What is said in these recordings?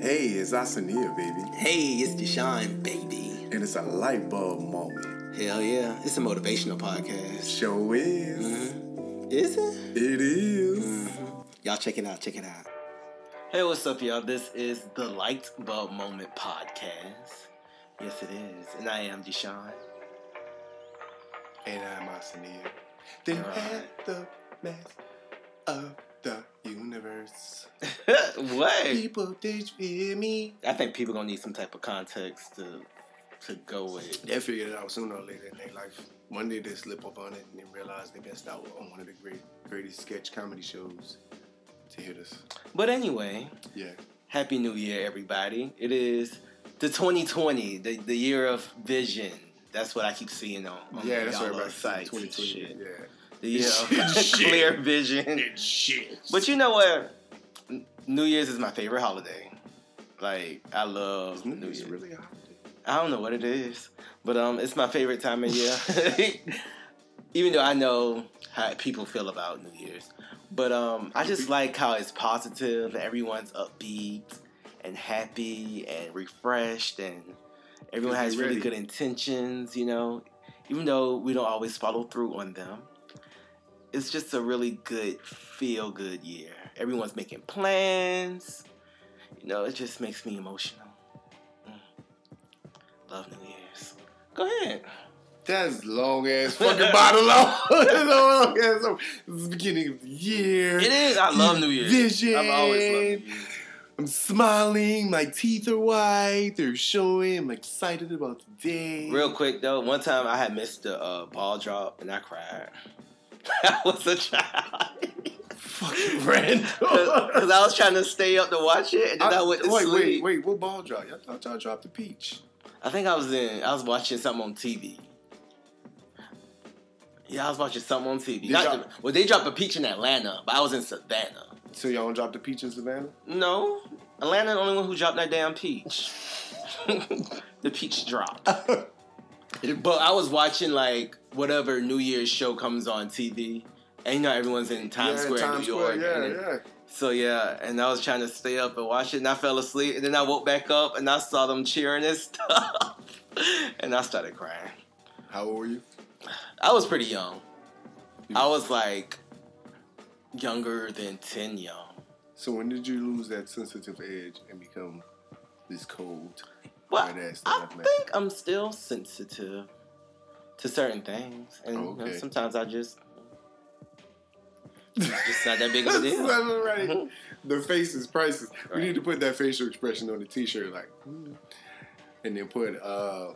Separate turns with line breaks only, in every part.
Hey, it's Asania, baby.
Hey, it's Deshaun, baby.
And it's a light bulb moment.
Hell yeah. It's a motivational podcast. Mm-hmm.
Show is.
Mm-hmm.
Is it? Mm-hmm.
It is.
Y'all check it out. Check it out. Hey, what's up, y'all? This is the Light Bulb Moment podcast. Yes, it is. And I am Deshaun.
And I'm Asania. The
Right.
at the mess of the universe.
what?
People, did you hear me?
I think people gonna need some type of context to to go with.
They figured it out sooner or later in their life. One day they slip up on it and they realize they missed out on one of the great, greatest sketch comedy shows to hear this.
But anyway,
Yeah.
Happy New Year, everybody. It is the 2020, the, the year of vision. That's what I keep seeing on,
Mm-hmm.
on
yeah, that's
y'all
what everybody
sites and
2020.
shit.
Yeah.
The year of
Shit.
clear vision.
It's shit.
But you know what? N- New Year's is my favorite holiday. Like I love New Year's.
really hot.
I don't know what it is, but um, it's my favorite time of year. Even though I know how people feel about New Year's, but um, I just like how it's positive. Everyone's upbeat and happy and refreshed, and everyone
Because
has
we're
really
ready.
good intentions. You know, even though we don't always follow through on them, it's just a really good feel good year. Everyone's making plans. You know, it just makes me emotional. Mm. Love New Year's. Go ahead.
That's long ass fucking bottle long. That's long ass. It's the beginning of the year.
It is. I love New Year's.
Vision.
I've always loved New Year's.
I'm smiling. My teeth are white. They're showing. I'm excited about the day.
Real quick though, one time I had missed the uh, ball drop and I cried. I was a child.
fucking random.
Because I was trying to stay up to watch it, and then I, went to
wait,
sleep.
wait, wait. What ball drop? Y'all thought y'all dropped the peach.
I think I was in. I was watching something on TV. Yeah, I was watching something on TV.
Did
Not
y'all-
the- well, they dropped a peach in Atlanta, but I was in Savannah.
So y'all don't drop the peach in Savannah?
No, Atlanta the only one who dropped that damn peach. the peach drop. but I was watching like whatever New Year's show comes on TV, and you know everyone's in Times
yeah,
Square, in
Times
New
Square.
York. and
Yeah, yeah.
So yeah, and I was trying to stay up and watch it, and I fell asleep, and then I woke back up and I saw them cheering and stuff, and I started crying.
How old were you?
I was pretty young. I was like younger than ten young.
So when did you lose that sensitive edge and become this cold,
Well,
hard ass
I
that I've met?
think I'm still sensitive to certain things, and you know,
Okay.
sometimes I just it's just not that big of a
That's
deal.
not right.
Mhm.
The face is priceless.
Right.
We need to put that facial expression on the t-shirt, like, mm. and then put uh,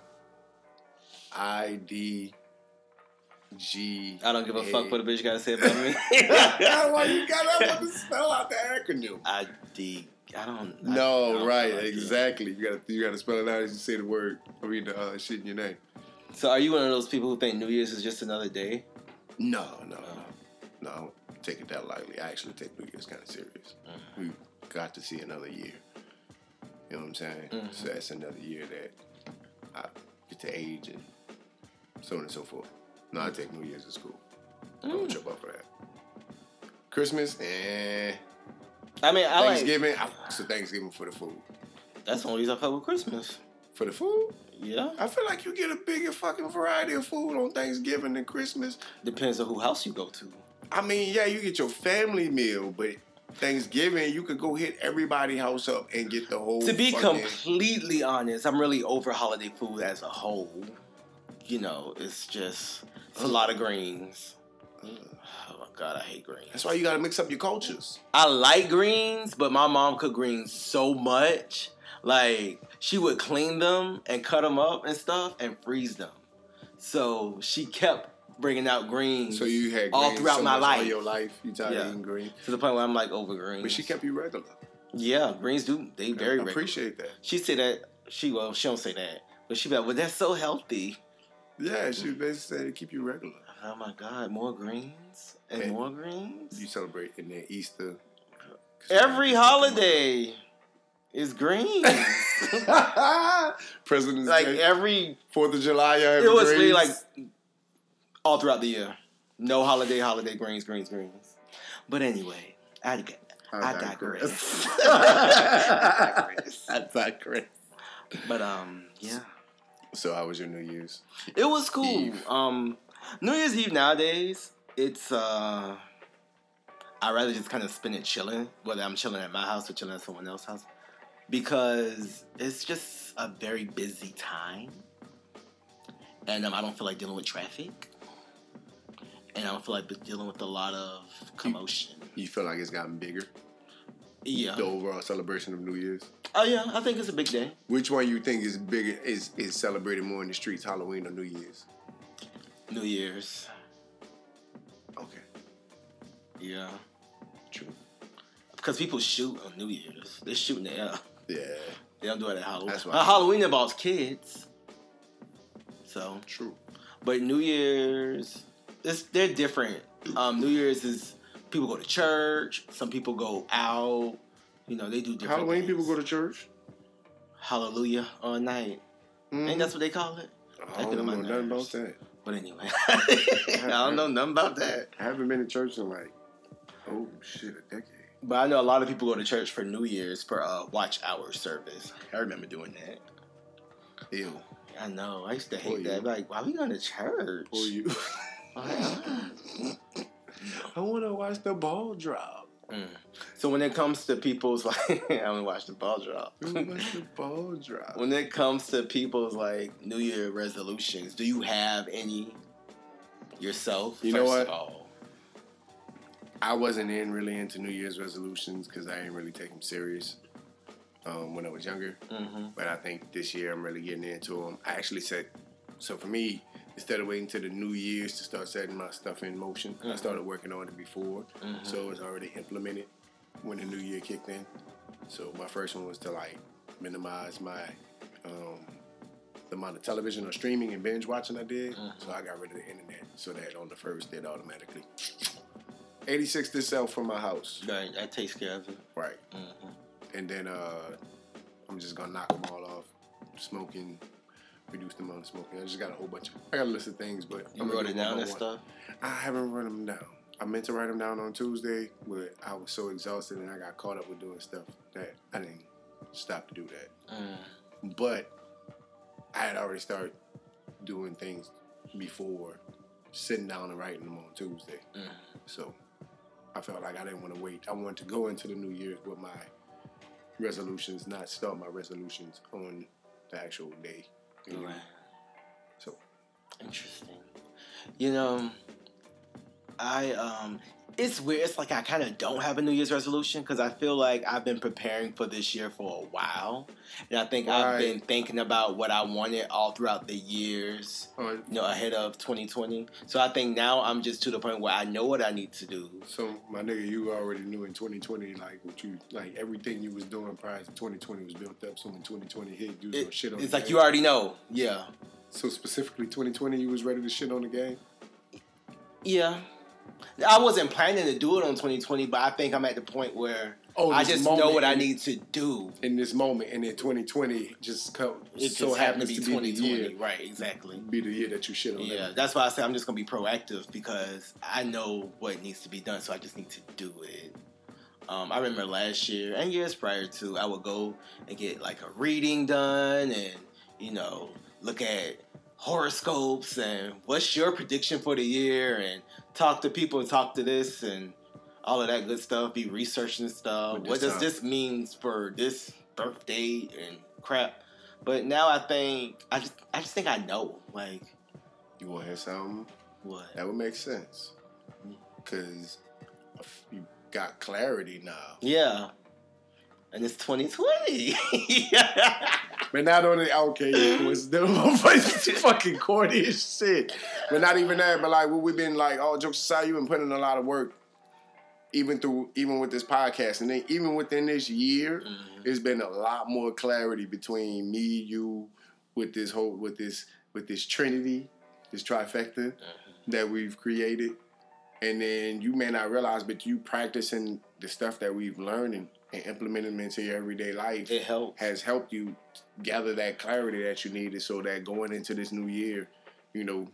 I D G.
I don't give a fuck what a bitch gotta say about me.
Why you gotta want to spell out the acronym?
I D. I don't. I- I
No,
don't
right,
feel like uh, it.
exactly. You gotta you gotta spell it out as you say the word. I mean the uh, shit in your name.
So are you one of those people who think New Year's is just another day?
No, no, no, no. I don't take it that lightly. I actually take New Year's kind of serious.
Mm-hmm.
We got to see another year. You know what I'm saying?
Mhm.
So that's another year that I get to age and so on and so forth. No, I take New Year's as cool.
Mm.
Don't trip up for that. Christmas and
I mean, I like.
Thanksgiving. I, so Thanksgiving for the food.
That's the only reason I fuck with Christmas.
For the food?
Yeah,
I feel like you get a bigger fucking variety of food on Thanksgiving than Christmas.
depends on who house you go to.
I mean, yeah, you get your family meal, but Thanksgiving you could go hit everybody house up and get the whole.
to be
fucking-
completely honest, I'm really over holiday food as a whole. You know, it's just it's a lot of greens.
Ugh.
Oh my god, I hate greens.
That's why you gotta mix up your cultures.
I like greens, but my mom cooked greens so much. Like she would clean them and cut them up and stuff and freeze them. So she kept bringing out greens.
So you had
Mm-hmm. all
greens
throughout
so
my
much
life.
All your life, you tired
Yeah.
of eating green,
to the point where I'm like over greens.
but she kept you regular.
Yeah, greens do they very
I
regular.
appreciate that.
She said that she well she don't say that, but she be like, well that's so healthy.
Yeah, she basically said to keep you regular.
Oh my God! More greens and
And
more
You
greens.
celebrate and then Easter. uh,
Every holiday is greens.
President's
like
Day,
every,
Fourth of July, y'all
it
having
was really
greens?
like all throughout the year. No holiday, holiday greens, greens, greens. But anyway, I got, I digress.
I digress.
But um, yeah,
So how was your New Year's?
it was cool.
Eve.
Um, New Year's Eve nowadays, it's uh, I rather just kind of spend it chilling, whether I'm chilling at my house or chilling at someone else's house, because it's just a very busy time, and um, I don't feel like dealing with traffic, and I don't feel like dealing with a lot of commotion.
You feel like it's gotten bigger?
Yeah.
The overall celebration of New Year's?
Oh yeah, I think it's a big day.
Which one you think is bigger is is celebrated more in the streets, Halloween or New Year's?
New Year's.
Okay.
Yeah.
True.
Because people shoot on New Year's. They're shooting it up.
Yeah.
They don't do it at Halloween.
That's why.
Now, Halloween involves kids. So,
True.
but New Year's, it's, they're different. Um, New Year's is people go to church. Some people go out. You know, they do different.
Halloween people go to church.
Hallelujah all night.
Mm-hmm.
Ain't that's what they call it?
I
get
don't
on my
know nothing about
nerves.
that.
But anyway, I don't know nothing about that.
I haven't been to church in like oh shit, a decade.
But I know a lot of people go to church for New Year's for uh, watch hour service. I remember doing that.
Ew.
I know. I used to hate
Poor
that.
you.
Like, why we going to church?
Or you
Why?
I wanna watch the ball drop.
Mm. So when it comes to people's like, I only watch the ball drop.
I wanna watch the ball drop.
when it comes to people's like New Year resolutions, do you have any yourself?
You
first
know what?
Of all?
I wasn't in really into New Year's resolutions because I didn't really take them serious um, when I was younger.
Mm-hmm.
But I think this year I'm really getting into them. I actually said, so for me, instead of waiting till the New Year's to start setting my stuff in motion, I
Mhm.
started working on it before,
Mhm.
so it was already implemented when the New Year kicked in. So my first one was to like minimize my um, the amount of television or streaming and binge watching I did.
Mhm.
So I got rid of the internet so that on the first it automatically. 86 this out from my house.
Right, that takes care of it.
Right.
Mm-hmm.
And then uh, I'm just gonna knock them all off. Smoking, reduce the amount of smoking. I just got a whole bunch. Of, I got a list of things, but
You
I'm gonna
wrote
do one
it down
by
and
one.
stuff.
I haven't written them down. I meant to write them down on Tuesday, but I was so exhausted and I got caught up with doing stuff that I didn't stop to do that.
Mm.
But I had already started doing things before sitting down and writing them on Tuesday.
Mm.
So I felt like I didn't want to wait. I wanted to go into the new year with my resolutions, not start my resolutions on the actual day. You know?
Right.
So
Interesting. You know, I um, it's weird. It's like I kind of don't have a New Year's resolution because I feel like I've been preparing for this year for a while, and I think I've
Right.
been thinking about what I wanted all throughout the years.
on
You know, ahead of 2020. So I think now I'm just to the point where I know what I need to do.
so my nigga, you already knew in 2020, like what you like everything you was doing prior to 2020 was built up. So when 2020 hit, you was gonna
It-
shit on.
it's
the
like
game.
you already know. Yeah.
So specifically 2020, you was ready to shit on the game.
Yeah. I wasn't planning to do it on 2020, but I think I'm at the point where
Oh,
I
this
just
moment
know what I
in-
need to do.
in this moment, and then 2020 just co-
It
so
just happened
happens
to be,
the
2020.
year,
right, exactly.
be the year that you shit on.
Yeah,
everything.
that's why I say I'm just going to be proactive because I know what needs to be done, so I just need to do it. Um, I remember last year and years prior to, I would go and get like a reading done and, you know, look at horoscopes and what's your prediction for the year and talk to people and talk to this and all of that good stuff, be researching stuff.
But this
What does
time-
this mean for this birthday and crap? But now I think I just I just think I know like
You want to hear something?
what
That would make sense. Because you got clarity now.
Yeah. And it's 2020. yeah.
But not only, okay, it was the motherfuckers fucking corny as shit. But not even that, but like, what we've been like, all jokes aside, you've been putting in a lot of work. Even through, even with this podcast, and then even within this year, it's been a lot more clarity between me, you, with this whole, with this, with this trinity, this trifecta. that we've created. And then you may not realize, but you practicing the stuff that we've learned and, and implementing into your everyday life
It helped.
has helped you gather that clarity that you needed so that going into this new year, you know,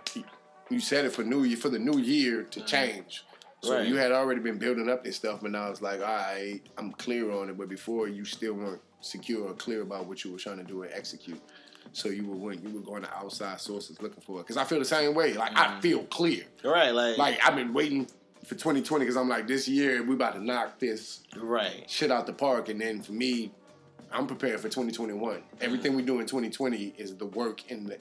you set it for new year for the new year to
Mhm.
change. So
Right.
you had already been building up this stuff, but now it's like, all right, I'm clear on it. But before, you still weren't secure or clear about what you were trying to do and execute. So you were when you were going to outside sources looking for it. Because I feel the same way. Like I feel clear.
Right, like,
Like I've been waiting for 2020 because I'm like, this year we about to knock this
right,
shit out the park. And then for me, I'm prepared for 2021.
Mm.
Everything we do in 2020 is the work in the,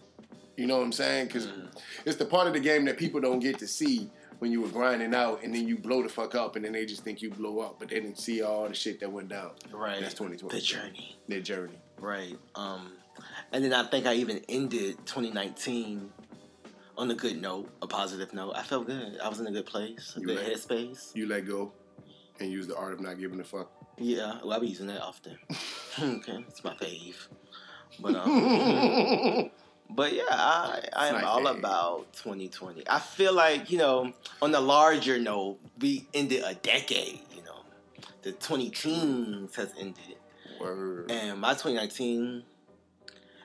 you know what I'm saying? Because
Mm-hmm. Mm.
it's the part of the game that people don't get to see when you were grinding out and then you blow the fuck up and then they just think you blow up, but they didn't see all the shit that went down.
right.
That's 2020.
The journey.
Their journey.
Right. Um, and then I think I even ended 2019 on a good note, a positive note. I felt good. I was in a good place, a
You
good
right.
headspace.
You let go and use the art of not giving a fuck.
Yeah. Well, I be using that often. okay, it's my fave. But um, but yeah, I I
It's
am
my
all
fave.
about 2020. I feel like you know, on the larger note, we ended a decade. You know, the 20 teens has ended.
Word.
And my 2019,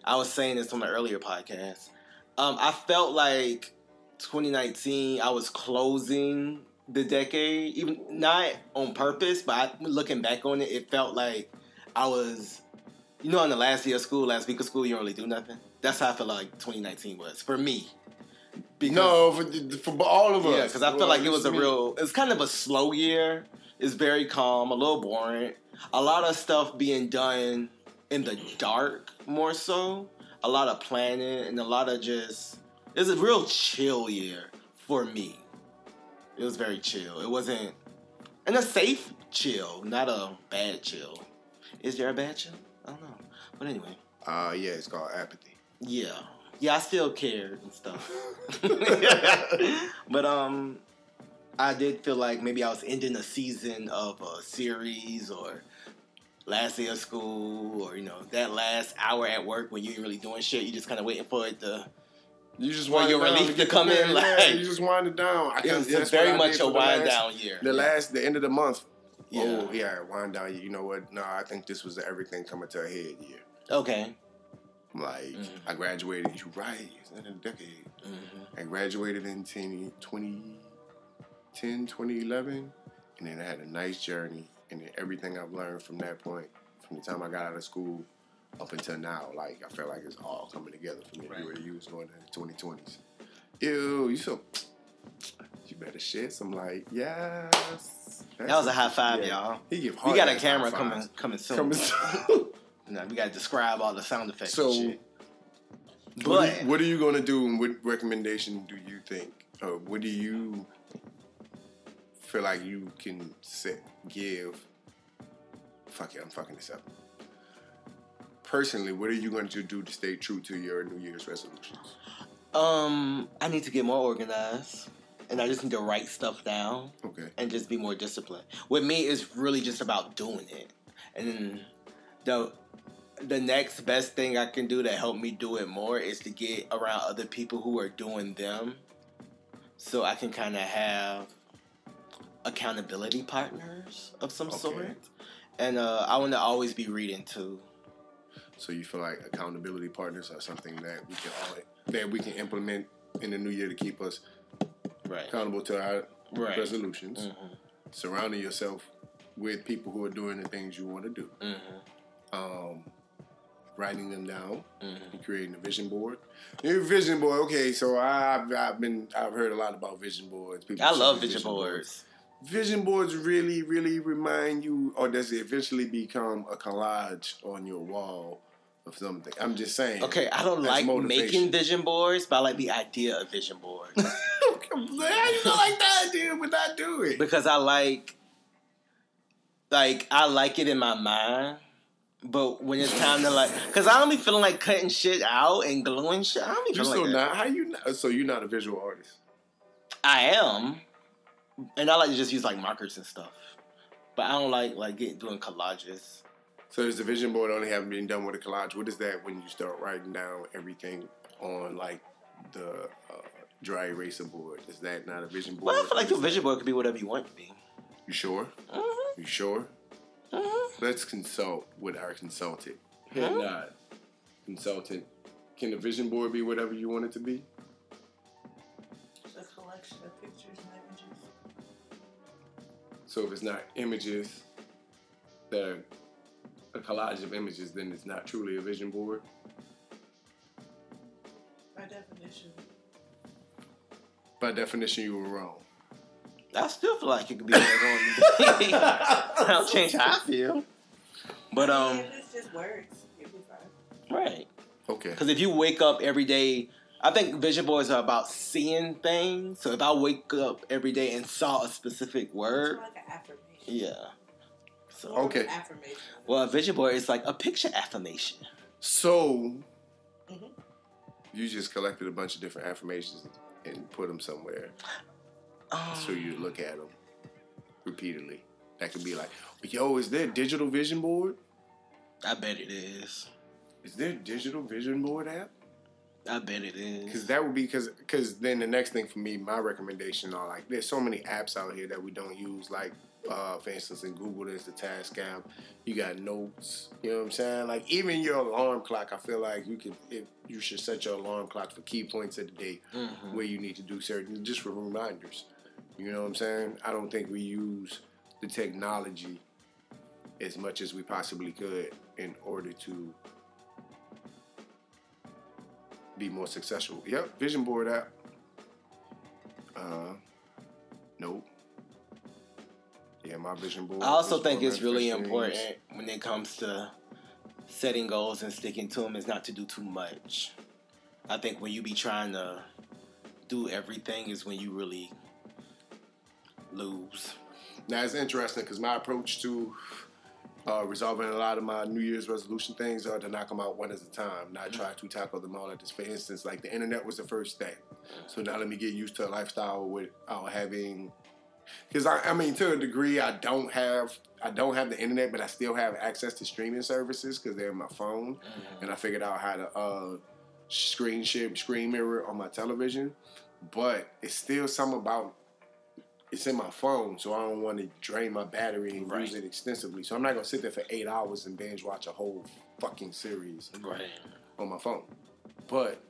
I was saying this on the earlier podcast. Um, I felt like 2019, I was closing the decade, even not on purpose, but I, looking back on it, it felt like I was, you know, on the last year of school, last week of school, you don't really do nothing. That's how I felt like 2019 was for me.
No, for, for all of us.
Yeah, because I feel
Well,
like it was a
me.
real. It's kind of a slow year. It's very calm, a little boring. A lot of stuff being done in the dark, more so. A lot of planning and a lot of just. It's a real chill year for me. It was very chill. It wasn't, and a safe chill, not a bad chill. Is there a bad chill? I don't know. But anyway,
Uh, yeah, it's called apathy.
yeah, yeah, I still cared and stuff but um I did feel like maybe I was ending a season of a series or last day of school or you know that last hour at work when you ain't really doing shit you just kind of waiting for it to
You just
Well,
wind
your
it down
relief
get
to come
the-
in,
yeah,
like-
you just wind it down. I
it's,
guess
it's
that's
very
what I
much
did
a
for the
wind
last-
down year
The last, the end of the month.
yeah
Oh yeah, wind down. You know what? No, I think this was the everything coming to a head year.
okay
I'm like
Mhm.
I graduated. You right? It's not a decade.
hmm
I graduated in 10, 2010, 2011, and then I had a nice journey. And then everything I've learned from that point, from the time I got out of school up until now, like I felt like it's all coming together for me.
Right.
You were you was going into the 2020s. Ew, you so you better shed some light. Yes.
that was a high five
Yeah.
y'all
He give
we
hard
got a
ass
camera
high
coming
fives.
coming soon
Coming soon.
Nah, we got to describe all the sound effects
So,
and shit. but
What are, you, what are you gonna do, and what recommendation do you think, or what do you feel like you can set, give? Fuck it, I'm fucking this up. Personally, what are you going to do to stay true to your New Year's resolutions?
um I need to get more organized and I just need to write stuff down
Okay,
and just be more disciplined. With me, it's really just about doing it. And then the the next best thing I can do to help me do it more is to get around other people who are doing them, so I can kind of have accountability partners of some
Okay.
sort. And uh, I want to always be reading too.
so you feel like accountability partners are something that we can all that we can implement in the new year to keep us
Right.
accountable to our
Right.
resolutions.
Mhm.
Surrounding yourself with people who are doing the things you want to do.
Mhm.
um, writing them down
Mhm.
and creating a vision board. Your vision board, okay. So I've, I've been I've heard a lot about vision boards. People
I
say
love vision boards.
Vision boards really, really remind you, or does it eventually become a collage on your wall of something? I'm just saying.
Okay, I don't
That's
like
motivation.
making vision boards, but I like the idea of vision boards.
How you feel like that idea would not do it?
because I like, like I like it in my mind, but when it's time to like, because I don't be feeling like cutting shit out and gluing shit. I don't be
you
feeling
so
like that.
not? How you not? So you're not a visual artist?
I am, and I like to just use like markers and stuff, but I don't like like getting doing collages.
So does the vision board only have been done with a collage? What is that when you start writing down everything on like the uh, dry eraser board? Is that not a vision board?
Well, I feel like the vision board could be whatever you want it to be.
You sure?
Mhm,
You sure?
mhm.
Let's consult with our consultant.
Head Huh?
nod. Consultant. Can the vision board be whatever you want it to be?
A collection of pictures and images.
So if it's not images that are a collage of images, then it's not truly a vision board.
By definition.
By definition, you were wrong.
I still feel like it could be better going. I'll change how I feel. But um,
if it's just words, it'd be fine.
right.
Okay.
Because if you wake up every day, I think vision boards are about seeing things. So if I wake up every day and saw a specific
It's
word,
more like an affirmation.
er, yeah.
It's more of
Okay.
an affirmation.
Well, a vision board is like a picture affirmation.
So
Mhm.
you just collected a bunch of different affirmations and put them somewhere
Um,
so you look at them repeatedly. That could be like, yo, is there a digital vision board?
I bet it is.
Is there a digital vision board app?
I bet it is.
Because that would be because because then the next thing for me, my recommendation are like there's so many apps out here that we don't use. Like uh, for instance, in Google, there's the Task app. You got Notes. You know what I'm saying? Like even your alarm clock, I feel like you could if you should set your alarm clock for key points of the day
Mhm.
where you need to do certain just for reminders. You know what I'm saying? I don't think we use the technology as much as we possibly could in order to be more successful. Yep, vision board app. Uh, nope. Yeah, my vision board.
I also
is
think
one
it's really
manifesting.
important when it comes to setting goals and sticking to them is not to do too much. I think when you be trying to do everything is when you really lose.
Now it's interesting because my approach to uh, resolving a lot of my New Year's resolution things are to knock them out one at a time, not try to tackle them all at this. For instance, like the internet was the first thing, so now let me get used to a lifestyle without having. Because I, I mean, to a degree, I don't have I don't have the internet, but I still have access to streaming services because they're in my phone, and I figured out how to uh, screen share, screen mirror on my television. But it's still something about it's in my phone, so I don't want to drain my battery and
Right.
use it extensively. So I'm not gonna sit there for eight hours and binge watch a whole fucking series
Right.
on my phone. But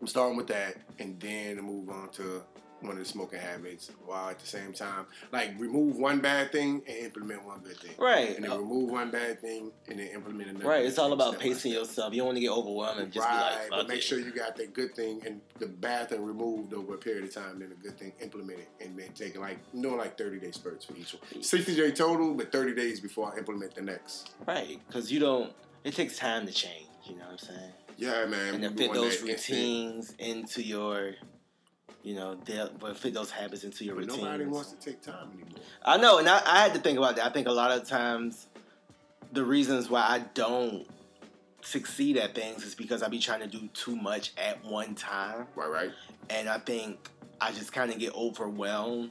I'm starting with that, and then move on to one of the smoking habits, while at the same time, like remove one bad thing and implement one good thing,
Right. Uh,
and then remove one bad thing and then implement another.
Right.
good
It's all
thing
about
step by
pacing
step.
yourself. You don't want to get overwhelmed and just
right,
be like,
but
fuck
make
it.
sure you got the good thing and the bad thing removed over a period of time, then the good thing implemented, and then taking like doing like thirty day spurts for each one. Sixty day total, but thirty days before I implement the next.
Right. Because you don't, it takes time to change. You know what I'm saying?
Yeah, man.
and
we
then
doing
fit those
that instant.
routines into your, you know, de- but fit those habits into your
But
routines.
nobody wants to take time anymore.
I know, and I, I had to think about that. I think a lot of times the reasons why I don't succeed at things is because I be trying to do too much at one time.
Right, right.
And I think I just kind of get overwhelmed.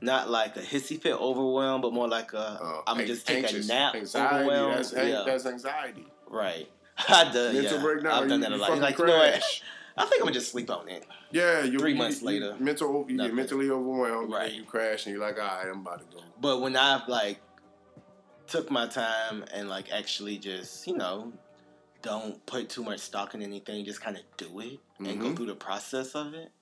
Not like a hissy fit overwhelm, but more like a
Uh,
I'm
an-
just take
anxious,
a nap
Anxiety.
overwhelm.
That's, an-
yeah,
that's anxiety.
right. I done,
Mental
yeah.
breakdown.
I've done
you,
that a
you
lot.
fucking
It's Like, you know what?
crash.
I think I'm gonna just sleep on it.
Yeah, you
Three
you-
months
you-
later,
Mental, you get
nothing.
mentally overwhelmed. Right.
Right.
And you crash, and you're like, all right, I'm about to go.
But when I've like took my time and like actually just, you know, don't put too much stock in anything, just kind of do it and go
Mhm.
through the process of it,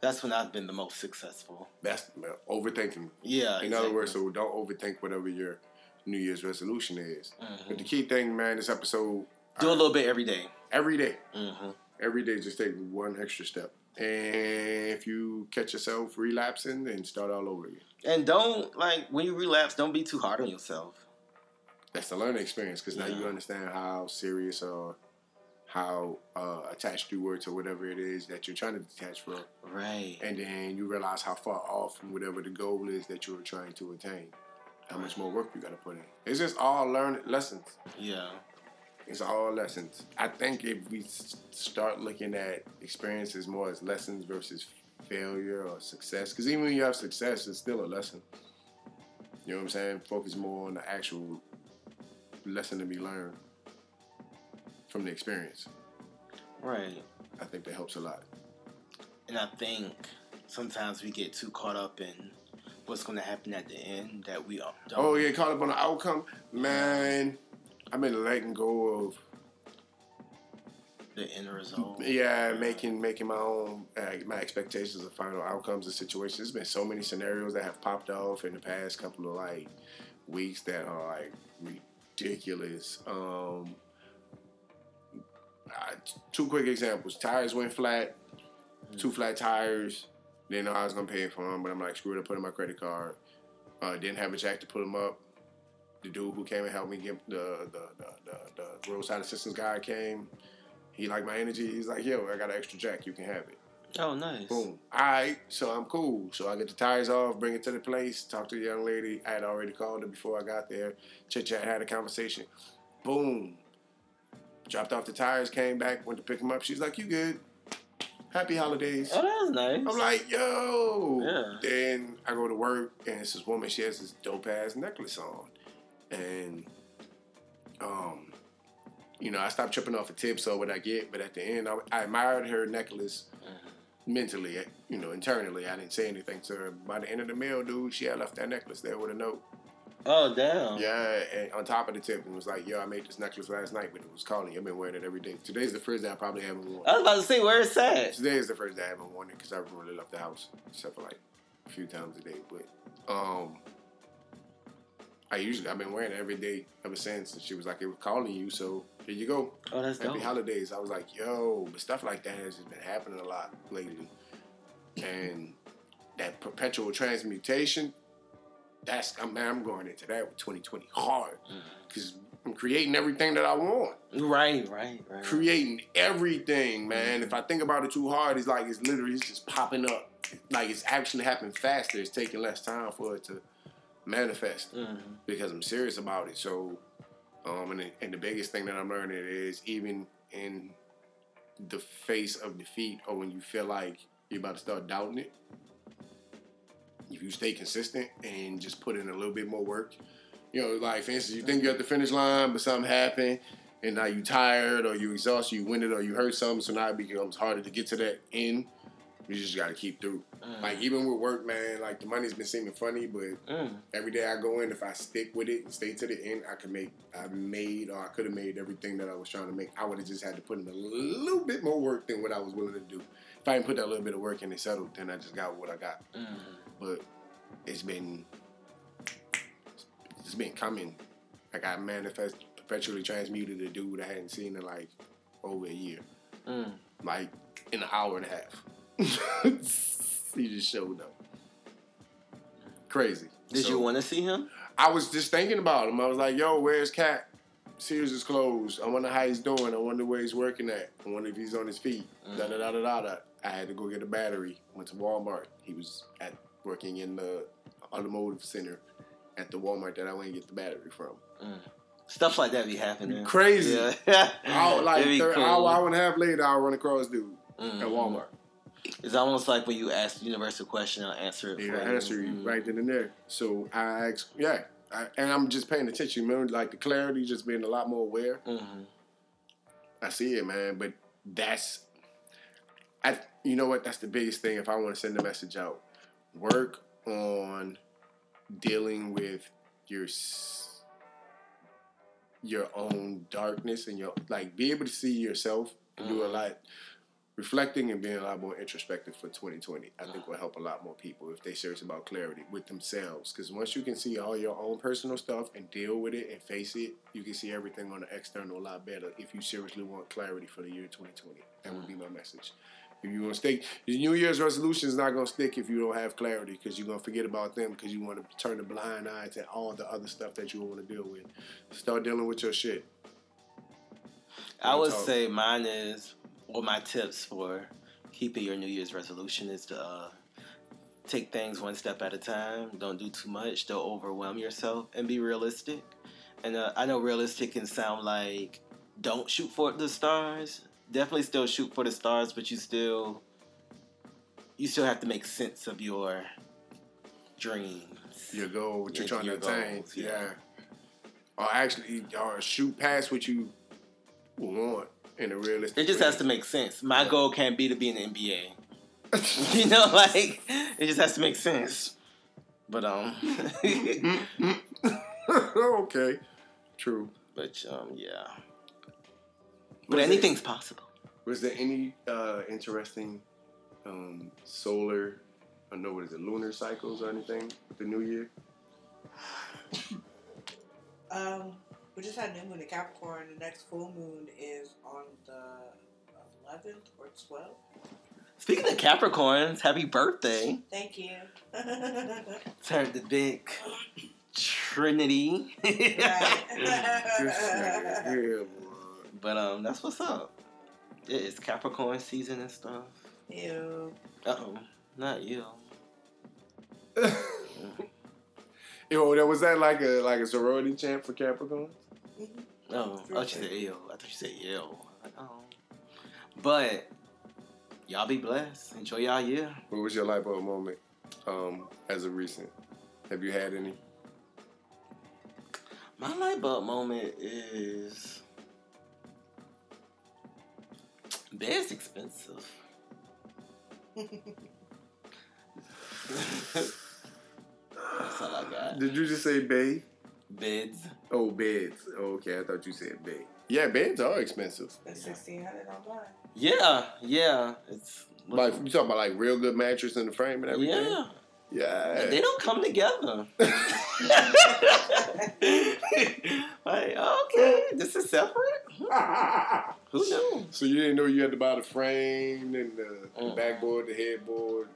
that's when I've been the most successful.
That's man, overthinking.
Yeah.
In other words, so don't overthink whatever your New Year's resolution is. But
hmm
the key thing, man, this episode
do a little bit every day.
every day,
Mm-hmm.
every day, just take one extra step. And if you catch yourself relapsing, then start all over again.
And don't like when you relapse, don't be too hard on yourself.
That's the learning experience because now you
Yeah.
understand how serious or how uh, attached you were to whatever it is that you're trying to detach from,
Right.
and then you realize how far off from whatever the goal is that you were trying to attain. How much more work you got to put in. It's just all learn lessons.
Yeah.
It's all lessons. I think if we s- start looking at experiences more as lessons versus failure or success, because even when you have success, it's still a lesson. You know what I'm saying? Focus more on the actual lesson to be learned from the experience.
Right.
I think that helps a lot.
And I think sometimes we get too caught up in what's going to happen at the end that we don't.
Oh yeah, caught up on the outcome, man. I've been letting go of
the end result.
Yeah, making making my own uh, my expectations of final outcomes and situations. There's been so many scenarios that have popped off in the past couple of like weeks that are like ridiculous. Um, I- two quick examples: tires went flat, two flat tires. Didn't know I was gonna pay for them, but I'm like, screw it, I put in my credit card. Uh, didn't have a jack to put them up. The dude who came and helped me get the the, the, the, the roadside assistance guy came. He liked my energy. He's like, yo, I got an extra jack. You can have it.
Oh, nice.
Boom. All right. So I'm cool. So I get the tires off, bring it to the place, talk to the young lady. I had already called her before I got there. Chit chat, had a conversation. Boom. Dropped off the tires, came back, went to pick them up. She's like, you good. Happy holidays.
Oh, that was nice.
I'm like, yo.
Yeah.
Then I go to work, and it's this woman. She has this dope ass necklace on, and um, you know, I stopped tripping off a tip, so what I get, but at the end, I, I admired her necklace mentally, eh, you know, internally. I didn't say anything to her. By the end of the meal, dude, she had left that necklace there with a note.
oh, damn.
Yeah, and on top of the tip, and was like, yo, I made this necklace last night, but it was calling. I've been wearing it every day. Today's the first day I probably haven't worn. it.
I was about to say where it's at.
Today is the first day I haven't worn it because I really left the house except for like a few times a day. But um, I usually I've been wearing it every day ever since. And she was like, "It was calling you, so here you go,
Oh, that's dope.
happy holidays." I was like, "Yo," but stuff like that has just been happening a lot lately, and that perpetual transmutation. That's I'm man, I'm going into that with 2020 hard because I'm creating everything that I want
Mm. Right, right, right. Mm-hmm.
creating everything, man. If I think about it too hard, it's like it's literally it's just popping up. Like it's actually happening faster. It's taking less time for it to manifest
Mhm.
because I'm serious about it. So, um, and the, and the biggest thing that I'm learning is even in the face of defeat or when you feel like you're about to start doubting it, if you stay consistent and just put in a little bit more work, you know, like for instance, you think you're at the finish line, but something happened. And now you tired or you exhausted, you winded or you hurt something, so now it becomes harder to get to that end. You just gotta keep through.
Mm.
Like even with work, man, like the money's been seeming funny, but
Mm.
every day I go in, if I stick with it and stay to the end, I can make, I made, or I could have made everything that I was trying to make. I would have just had to put in a little bit more work than what I was willing to do. If I didn't put that little bit of work in and settled, then I just got what I got.
Mm.
But it's been, it's been coming. Like I manifest, perpetually transmuted a dude I hadn't seen in like over a year,
Mm.
like in an hour and a half. he just showed up. Crazy.
Did
So-
you want to see him?
I was just thinking about him. I was like, yo, where's Cat? Sears is closed. I wonder how he's doing. I wonder where he's working at. I wonder if he's on his feet.
Mm.
Da da da da da. da. I had to go get a battery. Went to Walmart. He was at working in the automotive center at the Walmart that I went to get the battery from.
Stuff like that be happening.
Crazy.
Yeah.
Hour, like
It'd be
third,
cool.
hour, hour and a half later, I'll run across dude
Mhm.
at Walmart.
It's almost like when you ask the universe a question, I'll answer it.
Yeah,
for
answer you
Mm-hmm.
right then and there. So I, ex- yeah, I, and I'm just paying attention. Man, like the clarity, just being a lot more aware.
Mm-hmm.
I see it, man. But that's, I. You know what? That's the biggest thing. If I want to send a message out, work on dealing with your s- your own darkness and your like. Be able to see yourself and do a lot. Reflecting and being a lot more introspective for 2020, I think will help a lot more people if they serious about clarity with themselves. Because once you can see all your own personal stuff and deal with it and face it, you can see everything on the external a lot better. If you seriously want clarity for the year 2020, that would be my message. If you gonna stick, your New Year's resolution is not gonna stick if you don't have clarity because you're gonna forget about them because you want to turn a blind eye to all the other stuff that you want to deal with. Start dealing with your shit.
I
Real
would
talk.
say mine is, or my tips for keeping your New Year's resolution is to uh, take things one step at a time. Don't do too much. Don't overwhelm yourself and be realistic. And uh, I know realistic can sound like don't shoot for the stars. Definitely still shoot for the stars, but you still you still have to make sense of your dreams.
Your goal, what you're
Yeah,
trying
your
to attain.
goals,
yeah.
yeah.
Or actually, or shoot past what you want in a realistic.
It just has to make sense. My goal can't be to be in the NBA. you know, like it just has to make sense. But um,
okay. True.
but um, yeah.
What
But
is it?
um, anything's possible.
Was there any uh, interesting um, solar, I don't know what is it, lunar cycles or anything with the new year?
Um, we just had new moon in Capricorn. The next full moon is on the 11th or 12th.
Speaking of Capricorns, happy birthday.
Thank you.
Turn the big Trinity.
This nigga
right.
here, boy.
but um, that's what's up. It is Capricorn season and stuff.
Ew.
Uh oh, not you.
Yo, that was that like a like a sorority chant for Capricorn?
Oh, I thought you said ill. I thought you said ill. I was like, oh. But y'all be blessed. Enjoy y'all year.
What was your light bulb moment um, as of recent? Have you had any?
My light bulb moment is bed's expensive. That's all I got.
Did you just say bay?
Beds.
Oh, beds. Oh, okay, I thought you said bay. Yeah, beds are expensive.
That's 1600 online.
Yeah, yeah. It's
Like you talking about like real good mattress in the frame and everything.
yeah.
Yeah.
They don't come together. like, okay, this is separate. Who knew?
so you didn't know you had to buy the frame and the, the
Mm.
backboard, the headboard.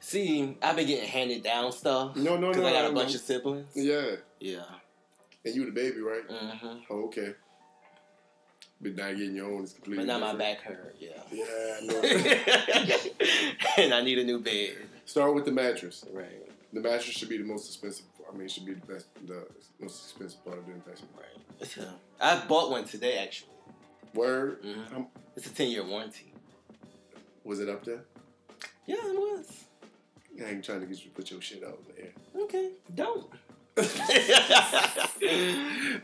See, I've been getting handed down stuff.
No, no,
Cause
no.
I got a
no.
bunch of siblings.
Yeah,
Yeah.
and you the baby, right?
hmm
Oh, okay. But now getting your own is completely.
But now my
different.
back hurt. Yeah.
Yeah, I know.
and I need a new bed.
Start with the mattress.
Right.
The mattress should be the most expensive. I mean, it should be the best, the most expensive part of the investment.
Right. It's a, I bought one today actually.
Word
Mhm.
Um,
It's a ten year warranty.
was it up there?
Yeah, it was.
I ain't trying to get you to put your shit out in the air.
Okay. Don't.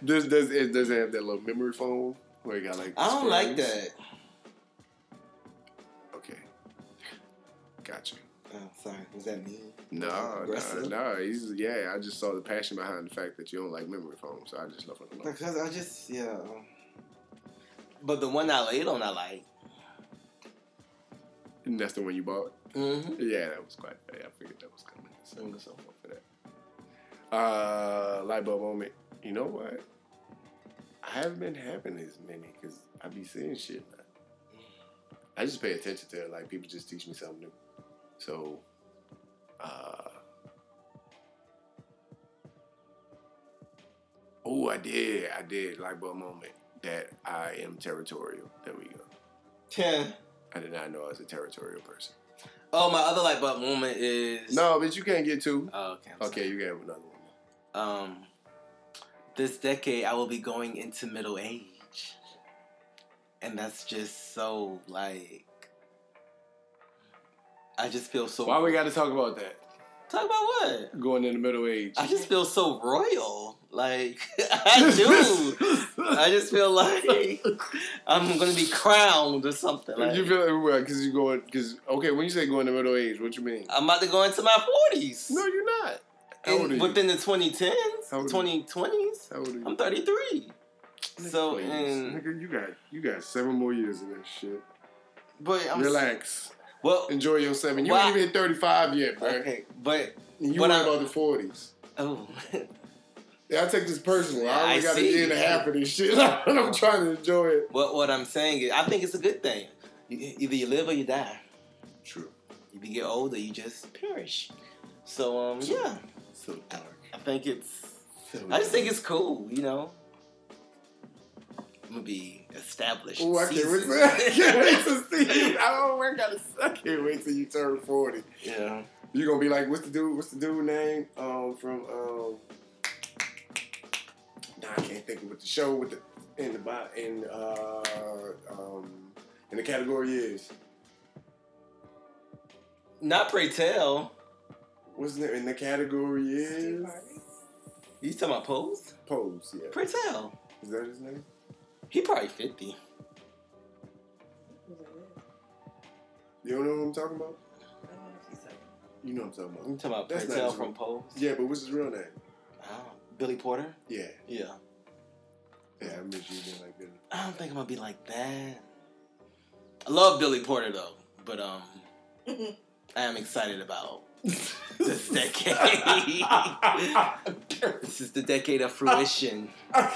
Does does it does it have that little memory foam where it got like?
I don't like
springs?
that.
Okay. Gotcha.
Oh, sorry. Was that me?
No, no,
Aggressive.
no. He's yeah. I just saw the passion behind the fact that you don't like memory foam, so I just left it alone.
Because I just yeah. But the one I laid on, I like.
And that's the one you bought.
Mm-hmm.
Yeah, that was quite. Yeah, I figured that was coming. So I'm so fuck for that. Uh, light bulb moment. You know what? I haven't been having as many because I be seeing shit. I just pay attention to it. Like people just teach me something new. So, uh, oh, I did. I did light bulb moment that I am territorial. There we go.
Ten.
I did not know I was a territorial person.
Oh, my other light bulb moment is
No, but you can't get two.
Oh, okay. I'm
Okay, you can have another one.
sorry. Um, this decade I will be going into middle age, and that's just so like. I just feel so.
Why we got to talk about that?
Talk about what?
Going into middle age.
I just feel so royal. Like I do. I just feel like I'm gonna be crowned or something. Like,
you feel everywhere because you going because okay when you say going to middle age, what you mean?
I'm about to go into my forties.
no, you're not. How old are you?
Within the 2010s,
How old are
2020s,
How old are you?
I'm 33. So,
Please,
and,
nigga, you got you got seven more years of that shit.
but I'm
Relax,
well.
enjoy your seven. You
Why-
ain't even hit thirty five yet, bro.
Okay, but
And You
But
worry
I-
about the forties.
oh,
Yeah, I take this personal. I
I
only got
see.
a year and a half of this shit, and I'm trying to enjoy it.
what what I'm saying is, I think it's a good thing. You, e, either you live or you die.
True.
If you get older, you just perish. So, um, yeah,
So dark.
I think it's.
So
I just think it's cool, you know. I'm gonna be established.
Oh, I can't wait,
seasoned.
to, I can't wait to see you. I don't work out. I can't wait till you turn forty.
yeah.
You gonna be like, what's the dude? What's the dude name? Um, from um, nah, I can't think of what the show with the in the bo- in uh um in the category is
Not pray tell.
what's the in the category
Steve
is
Harvey?
You talking about pose?
Pose. Yeah,
Pray tell.
is that his name?
He probably 50.
Who's that with?
You don't know what I'm talking about?
I don't know if he's like-
You know what I'm talking
You
about?
talking about
That's
Pray
not
tell
his
from
real-
Pose?
Yeah, but what's his real name?
Oh, Billy Porter?
Yeah,
Yeah.
yeah, I miss you being like that.
I don't think I'm gonna be like that. I love Billy Porter though, but um, I am excited about this decade. this is the decade of fruition.
All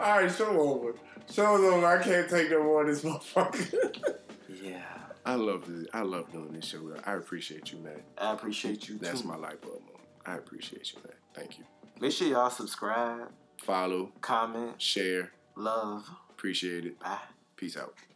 right, show over. Show over. I can't take no more of this motherfucker.
Yeah,
I love this. I love doing this show. I appreciate you, man.
I appreciate you.
That's
too.
my light bulb moment. I appreciate you, man. Thank you.
Make sure y'all subscribe,
Follow,
comment,
share,
love.
appreciate it.
Bye.
Peace out.